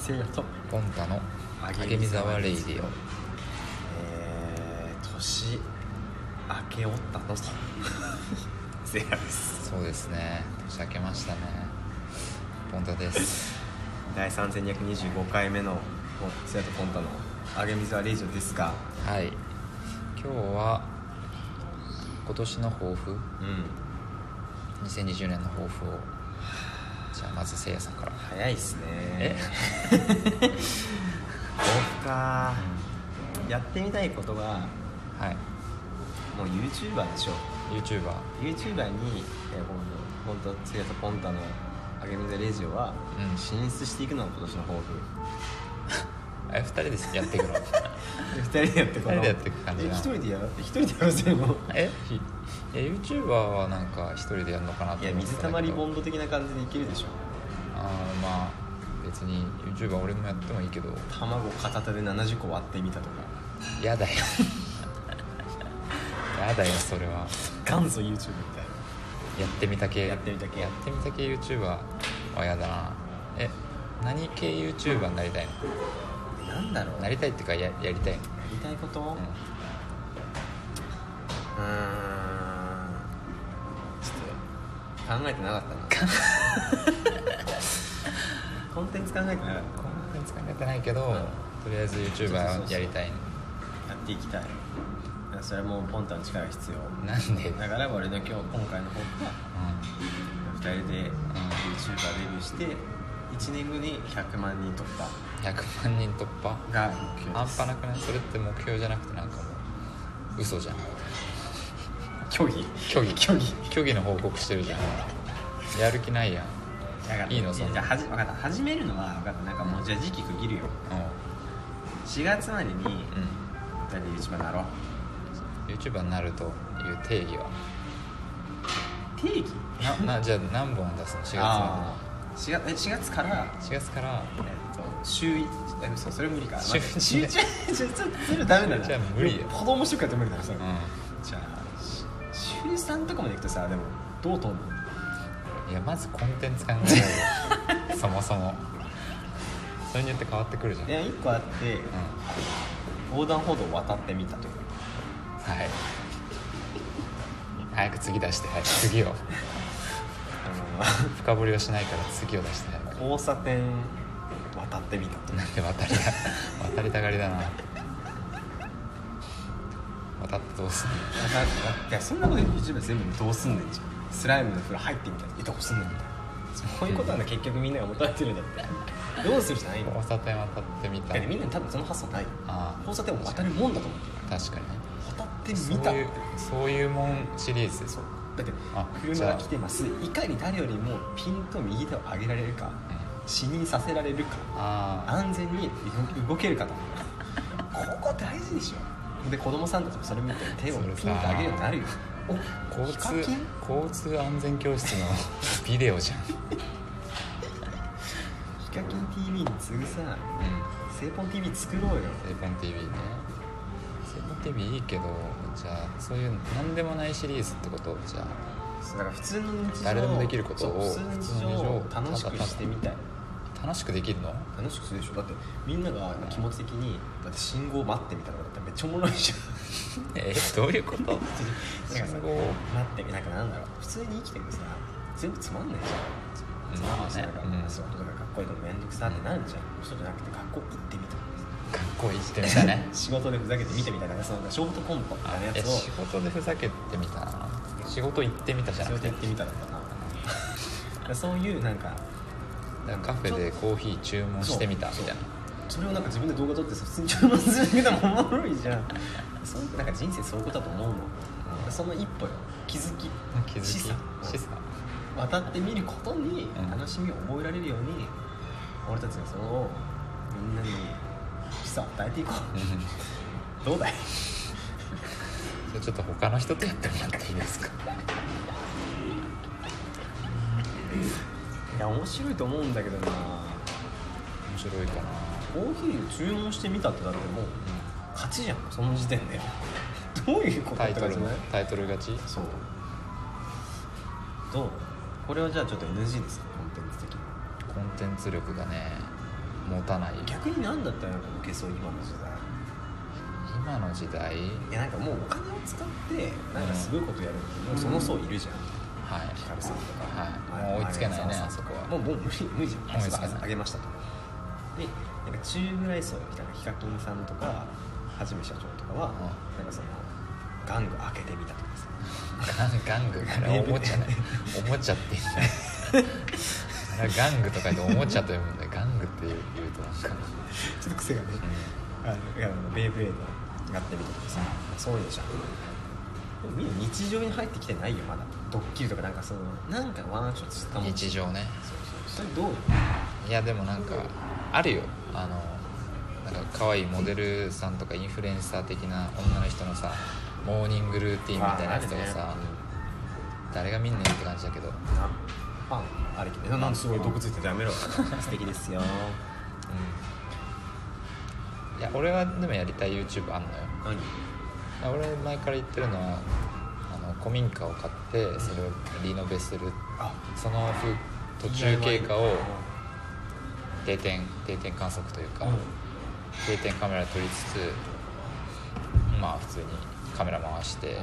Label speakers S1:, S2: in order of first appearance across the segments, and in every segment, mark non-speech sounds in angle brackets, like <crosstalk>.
S1: せいやと
S2: ポンタの
S1: 上
S2: 励
S1: げ
S2: み
S1: ざ
S2: 沢
S1: わ
S2: レ
S1: レ
S2: イ
S1: イ
S2: デ
S1: デ
S2: ィオ
S1: えー、年明けおったのと <laughs> せいやです
S2: そうですね年明けましたねポンタです <laughs>
S1: 第3225回目の「せいやとコンタの上げ水はレイジオ」ですが
S2: はい今日は今年の抱負
S1: うん
S2: 2020年の抱負をじゃあまずせいやさんから
S1: 早いっすね <laughs>
S2: え
S1: 僕かやってみたいことが
S2: はい
S1: もう YouTuber でしょ
S2: YouTuber うん
S1: YouTuber に本当つやとポンタのあげみざレジオは
S2: うん
S1: 進出していくのが今年の抱負 <laughs>
S2: え二人でやってい <laughs> くの
S1: 2人でやってこの
S2: 二人でやってく感じ
S1: え
S2: な
S1: 一人でや一人でやらせるの
S2: えひいや YouTuber はなんか一人でやるのかなと
S1: いや
S2: 思って
S1: 水
S2: た
S1: た
S2: んだ
S1: ま
S2: け
S1: り
S2: ど
S1: ボンド的な感じでいけるでしょ
S2: あーまあ別に YouTuber 俺もやってもいいけど
S1: 卵片手で70個割ってみたとか
S2: や <laughs> だよやだよそれは
S1: 元祖 YouTube みたい
S2: やってみた系
S1: やってみた系
S2: やってみた系 YouTuber はやだなえ何系 YouTuber になりたいの
S1: ななんだろう
S2: な
S1: や
S2: りたいっていうかややりたいの、
S1: りたいことうーん
S2: うん
S1: ちょっと考えてなか
S2: <laughs>
S1: ったなコンテンツ考えてなかった
S2: こんなに使えてないけど、とりあえず YouTuber やりたい
S1: やっていきたいそれはもうポンタの力が必要
S2: なんで、うん
S1: だから俺の今日今回の方は2人で YouTuber デビューして1年後に100万人突破
S2: 100万人突破
S1: が目標
S2: 半
S1: です
S2: 端なくないそれって目標じゃなくてなんかもう嘘じゃん
S1: 虚偽
S2: 虚偽
S1: 虚偽
S2: 虚偽の報告してるじゃんやる気ないやん
S1: だから
S2: いいの
S1: じ
S2: そん
S1: ゃ
S2: な
S1: あはじ分かった始めるのは分かったなんかもうじゃあ時期区切るよ
S2: う
S1: 4月までに2
S2: ん、うん
S1: 人で YouTuber になろう
S2: YouTuber になるという定義は
S1: 定義
S2: なな <laughs> じゃあ何本出すの4月ま
S1: あー4月え4月から
S2: で4月から
S1: えっと週一え嘘それ無理か
S2: 週一
S1: 一ちょ <laughs> ちょちょそれダメだな
S2: じゃあ無理よ
S1: 子供しとかやって無理だなそれ、
S2: う
S1: じゃあし週3とかまで行くとさでもどうと思うん
S2: いやまずコンテンツ考え
S1: <laughs>
S2: よそもそもそれによって変わってくるじゃん、
S1: いうや
S2: ん、
S1: 1個あって横断歩道を渡ってみたという
S2: はい早く次出して早く次を
S1: あ
S2: 深掘りはしないから次を出して早く
S1: の交差点渡ってみたと
S2: なんで渡りた渡りたがりだな渡ってどうすんの
S1: いやそんなこと YouTube 全部どうすんねんじゃんスライムの風呂入ってみたいないとこすんねんみたいなそういうことなんだ結局みんなが求めてるんだってどうするじゃないのだ
S2: 交差点渡ってみた
S1: ってみんな多分その発想ないよ
S2: ああ
S1: 交差点を渡るもんだと思ってる
S2: 確かにね
S1: 渡って
S2: そ
S1: みた
S2: う
S1: っ
S2: い
S1: て
S2: うそういうもんシリーズです
S1: そ
S2: よ
S1: うだって
S2: あ
S1: 車
S2: じゃ
S1: が
S2: あ
S1: 来てますいかに誰よりもピンと右手を上げられるか死にさせられるか
S2: あ
S1: 安全に動けるかとここ大事でしょで子供さんたちもそれ見て手を
S2: それさ
S1: ピンと上げるようになるよお
S2: あ交
S1: ヒカキ
S2: 通
S1: ン
S2: 交通安全教室
S1: <laughs>
S2: のビデオじゃん、
S1: ヒカキン TV に次ぐさ
S2: うん、
S1: セイポン TV 作ろうよ
S2: セイポン TV ねセイポン TV いいけどじゃあそういう何でもないシリーズってことじゃあ
S1: だから普通の日常を
S2: 誰でもできることを
S1: そう普通の日常を楽しくしてみたい
S2: 楽しくできるの
S1: 楽しくするでしょだってみんなが気持ち的にだって信号待ってみたいなのだったらめっちゃおもろいじゃん
S2: えどうい
S1: <laughs>
S2: うこと
S1: なんか
S2: 信
S1: さ
S2: 号を
S1: 待ってなんかなんだろう普通に生きてるとさ全部つまんないじゃんつまんないし、
S2: うん
S1: なんか、
S2: うん
S1: そうとかかっこいいのめんどくさってなるじゃん、そうじゃなくて学校行ってみた
S2: かっこいいってみた
S1: <laughs>
S2: ね
S1: 仕事でふざけてみてみたいなそのショートコンパみたいなや
S2: え
S1: つを
S2: 仕事でふざけてみたな仕事行ってみたじゃ
S1: 仕
S2: なく
S1: 事
S2: て
S1: 行ってみたのかなだからそういうなんか
S2: だからカフェでコーヒー注文してみたみたいな
S1: それをなんか自分で動画撮ってさ普通に注文するだけでもおもろいじゃんそういうなんか人生そういうことだと思うの、
S2: うん
S1: その一歩よ気づき
S2: 気づき
S1: 示唆
S2: 示唆
S1: 渡ってみることに
S2: うん
S1: 楽しみを覚えられるように、俺たちがそれをみんなに示唆を与えていこ
S2: うん
S1: うどうだい
S2: じゃあちょっと他の人とやってもらってい
S1: <laughs>
S2: いですか
S1: いや面白いと思うんだけどな
S2: 面白いかな
S1: コーヒーを注文してみたってだってもう勝ちじゃんその時点で <laughs> どういうこと
S2: タイ
S1: って
S2: ト
S1: 感
S2: ル
S1: じね
S2: タイトル勝ち
S1: そうどうこれはじゃあちょっと NG ですかコンテンツ的に
S2: コンテンツ力がねもったない
S1: 逆に何だったらなんか受けそう今の時代
S2: 今の時代
S1: いやなんかもうお金を使ってなんかすごいことやるのってもうその層いるじゃん、
S2: はい
S1: ヒカルさんとか、
S2: はいもう追いつけないね
S1: 前澤さん
S2: あそこは
S1: もうもう無理無理じゃん
S2: 追いつけない
S1: あげましたとでなんか中ぐらい層みたいなヒカキンさんとかはじめ社長とかは、
S2: う
S1: なんかその玩具開けてみたとかさ
S2: ガングからおもちゃねおもちゃって言うんだあれガングとかでおもちゃと呼ぶんだよガングって言う言うとなんか、
S1: ちょっと癖がねあのいやあのベイブレードやってみたとかさそういうのじゃんでもみんな日常に入ってきてないよまだドッキリとかなんかそのなんかワンショットした
S2: うん
S1: <laughs> もん
S2: 日常ね
S1: それどうよ
S2: いやでもなんかあるよあのなんか可愛いモデルさんとかインフルエンサー的な女の人のさモーニングルーティンみたいなやつとかさ、誰が見んねんって感じだけど
S1: なパンありきでななんですごい毒ついててやめろ <laughs> 素敵ですよ
S2: いや俺はでもやりたい YouTube あんのよ
S1: 何
S2: あ俺前から言ってるのはあの古民家を買ってそれをリノベする
S1: あ
S2: その風途中経過を定点定点観測というか、
S1: うん
S2: 定点カメラで撮りつつまあ普通にカメラ回して、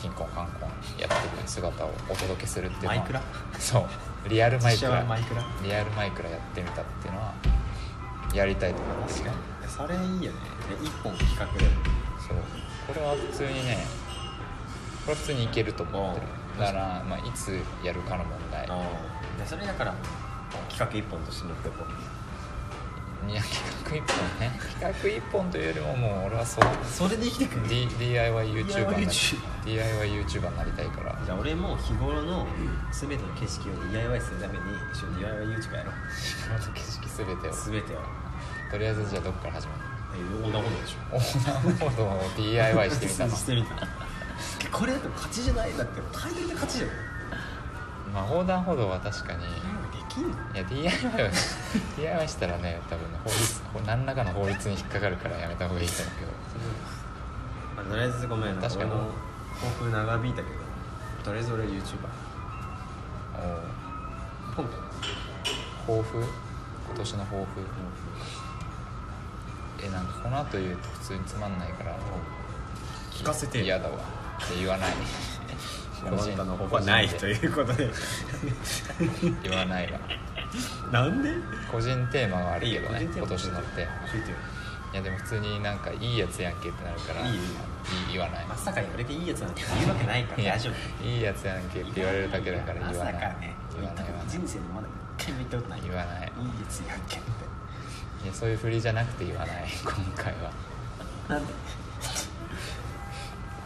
S2: キンコンカンコンやってる姿をお届けするっていうのは
S1: マイクラ
S2: そうリアルマ
S1: 実
S2: イク
S1: 写
S2: ラ
S1: はマイクラ
S2: リアルマイクラやってみたっていうのはやりたいと思ってる
S1: 確かにそれいいよね一本企画で
S2: そうこれは普通にねこれは普通にいけると思ってる
S1: うん
S2: だから、まあ、いつやるかの問題
S1: ああそれだから企画一本として乗ってこ
S2: いや企画一本ね企画一本というよりももう俺はそう
S1: うそれで生きてくる
S2: D DIYYouTuber になり
S1: DIYYouTuber
S2: DIYYouTuber になりたいから
S1: じゃあ俺も日頃の全ての景色を DIY するために一緒に DIYYouTube やろう
S2: 今の景色全てを
S1: 全てを
S2: とりあえずじゃあどっから始める
S1: 横断歩道でしょ
S2: オーナーモードを DIY してみた
S1: <laughs>
S2: の
S1: してみたこれだって勝ちじゃないだってタイトルで勝ちじゃない
S2: まあ横断歩道は確かに
S1: できんの
S2: いや DIY は <laughs> DIY したらね多分ね法律こう何らかの法律に引っかかるからやめた方がいいと思うけ
S1: あ
S2: ど
S1: とりあえずごめん
S2: 確かに
S1: 俺も興奮長引いたけどとりあえず俺 YouTuber
S2: お
S1: ポンと
S2: 抱負今年の抱負えなんかこの後言うと普通につまんないから
S1: 聞かせてよ
S2: 嫌だわって言わ
S1: <laughs>
S2: ない
S1: 山形の方はないと
S2: う
S1: いうことで
S2: 言わないわ
S1: なんで
S2: 個人テーマはある
S1: いい
S2: け
S1: よ
S2: どね今年の
S1: 教
S2: っ
S1: えて
S2: て
S1: よ教えてよ
S2: いやでも普通になんかいいやつやんけってなるから
S1: いいよ
S2: いい言わない
S1: まさかに俺でいいやつなんて言うわけないから大丈夫
S2: いいやつやんけって言われるだけだから
S1: ま
S2: 言わな
S1: さ
S2: い
S1: かね
S2: 言わない言わない
S1: 人生でまだ一回も言ったことない
S2: 言わない
S1: いやつやんけって
S2: いやそういう振りじゃなくて言わない今回は
S1: なんで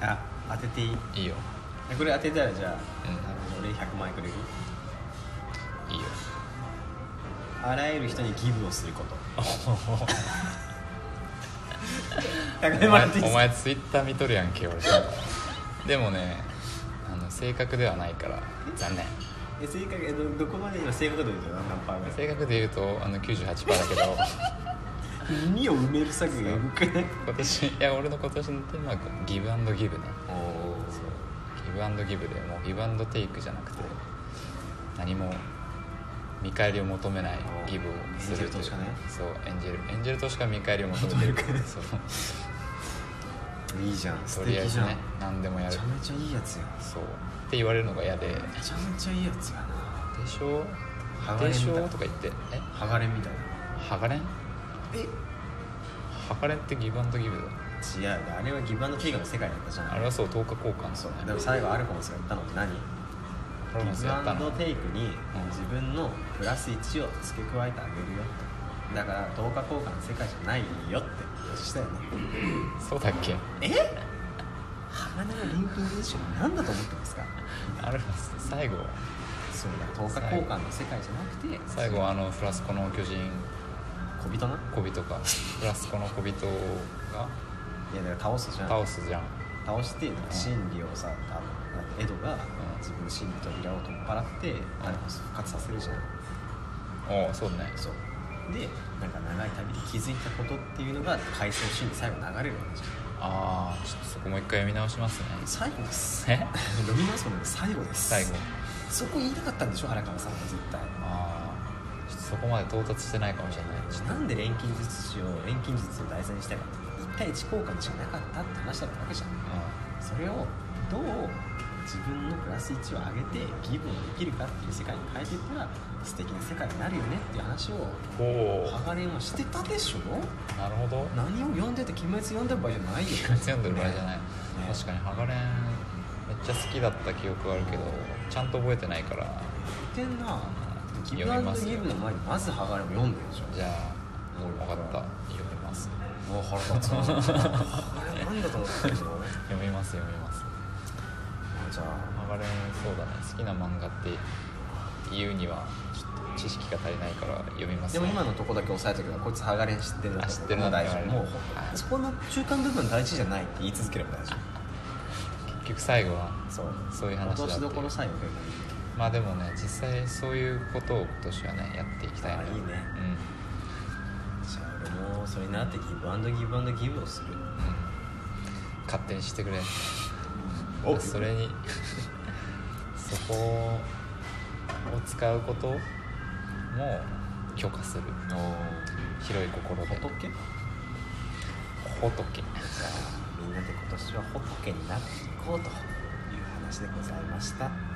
S1: あ当てていい
S2: いいよ
S1: これ当てたらじゃあ、あ
S2: うん
S1: の俺に100万円くれる
S2: いいよ
S1: あらゆる人にギブをすること100
S2: お
S1: 円もらっていい
S2: 前
S1: で
S2: お
S1: すか
S2: 前ツイッター見とるやんけ俺でもねあの正確ではないから残念
S1: え正確えどどこまで今正確度で言うと何パーぐらい
S2: 正確で言うとあの98%だけど
S1: 耳を埋める策が動かない
S2: 今年いや俺の今年のテーマはギブアンドギブね
S1: おお
S2: ギブアンドギブでもうギブアンドテイクじゃなくて何も見返りを求めないギブをすると
S1: エンジェル投
S2: いう
S1: 資家ね
S2: そうエンジェルエンジェル投資家は見返りを
S1: <laughs>
S2: 求めてる
S1: 求めるから
S2: そう
S1: いいじゃん素
S2: とりあえ
S1: 敵
S2: ず
S1: じゃん、
S2: ね何でもや
S1: めち
S2: る
S1: ゃめちゃいいやつや
S2: そうって言われるのが嫌で
S1: めちゃめちゃいいやつやな
S2: でしょ
S1: 剥がれみ
S2: でしょ
S1: たい
S2: とか言ってえ
S1: 剥がれみたいな
S2: はがれん
S1: え
S2: はがれんってギブアンドギブだよ
S1: 違うあれはギブアンドテイクの世界だったじゃん
S2: あれはそう10日交換です
S1: そ
S2: よ
S1: う
S2: ね
S1: でも最後アルフォンスが言ったのって何
S2: アルフォンス
S1: ギブ
S2: やった
S1: アン
S2: の
S1: ドテイクに
S2: うん
S1: 自分のプラス1を付け加えてあげるよとだから等価交換の世界じゃないよってしたよね
S2: そうだっけ
S1: え花のリンキングでしょ何だと思ってますか
S2: アルファス最後
S1: そうだ等価交換の世界じゃなくて
S2: 最後はあのフラスコの巨人
S1: 小人な
S2: 小人かフラスコの小人
S1: い
S2: が
S1: やだから倒すじゃん
S2: 倒すじゃん
S1: 倒してなんか真理をさあのなんかエドが
S2: うん
S1: 自分の真理と扉を取っ払ってアルフォンスを復活させるじゃん
S2: おおそうね
S1: そうでなんか長い旅で気づいたことっていうのが回想シーンで最後流れるわけじゃん
S2: ああちょっとそこもう一回読み直しますね
S1: 最後です
S2: え
S1: ロビン・マンソンの最後です
S2: 最後
S1: そこ言いたかったんでしょ原川さんは絶対
S2: ああちょっとそこまで到達してないかもしれない
S1: なんで錬金術師を錬金術を題材にしたかって1対1交換しかなかったって話だったわけじゃんそれをどう自分のプラス1を上げてギブをできるかっていう世界に変えていったら素敵な世界になるよねっていう話を
S2: うんおお
S1: 鋼はしてたでしょ
S2: なるほど
S1: 何を読んでて「鬼滅」読んでる場合じゃないよ
S2: 読んでる場合じゃない、
S1: ね
S2: 確かにハガレンめっちゃ好きだった記憶はあるけどちゃんと覚えてないから
S1: 言ってんな「ギブ
S2: 読
S1: ア
S2: み
S1: ンド
S2: ます
S1: ギブ」の前にまず鋼も読んでるでしょ
S2: じゃあ
S1: もう
S2: 分かった読みます
S1: もう腹立つな <laughs> あれなんだと思ってんの
S2: 読みます読みます
S1: じゃあ
S2: ハガレンそうだね好きな漫画って言うにはちょっと知識が足りないから読みます
S1: で
S2: ね、
S1: も今のとこだけ押さえとけばこいつハガレン知ってるな
S2: あ知ってるな
S1: もう大丈
S2: ハガレ
S1: 夫
S2: ン
S1: もう
S2: はい
S1: そこの中間部分大事じゃないって言い続ければ大丈
S2: 結局最後は
S1: 夫そう
S2: そういう話だって
S1: 落としどころさえよ
S2: まあでもね実際そういうことを今年はねやっていきたい
S1: あ
S2: な
S1: いいね
S2: うん、
S1: じゃあ俺もそれになってギブアンドギブアンドギブをする
S2: うん勝手にしてくれそれに <laughs> そこを使うことも許可する
S1: お
S2: 広い心で
S1: 仏
S2: 仏
S1: じゃあみんなで今年は仏になっていこうという話でございました。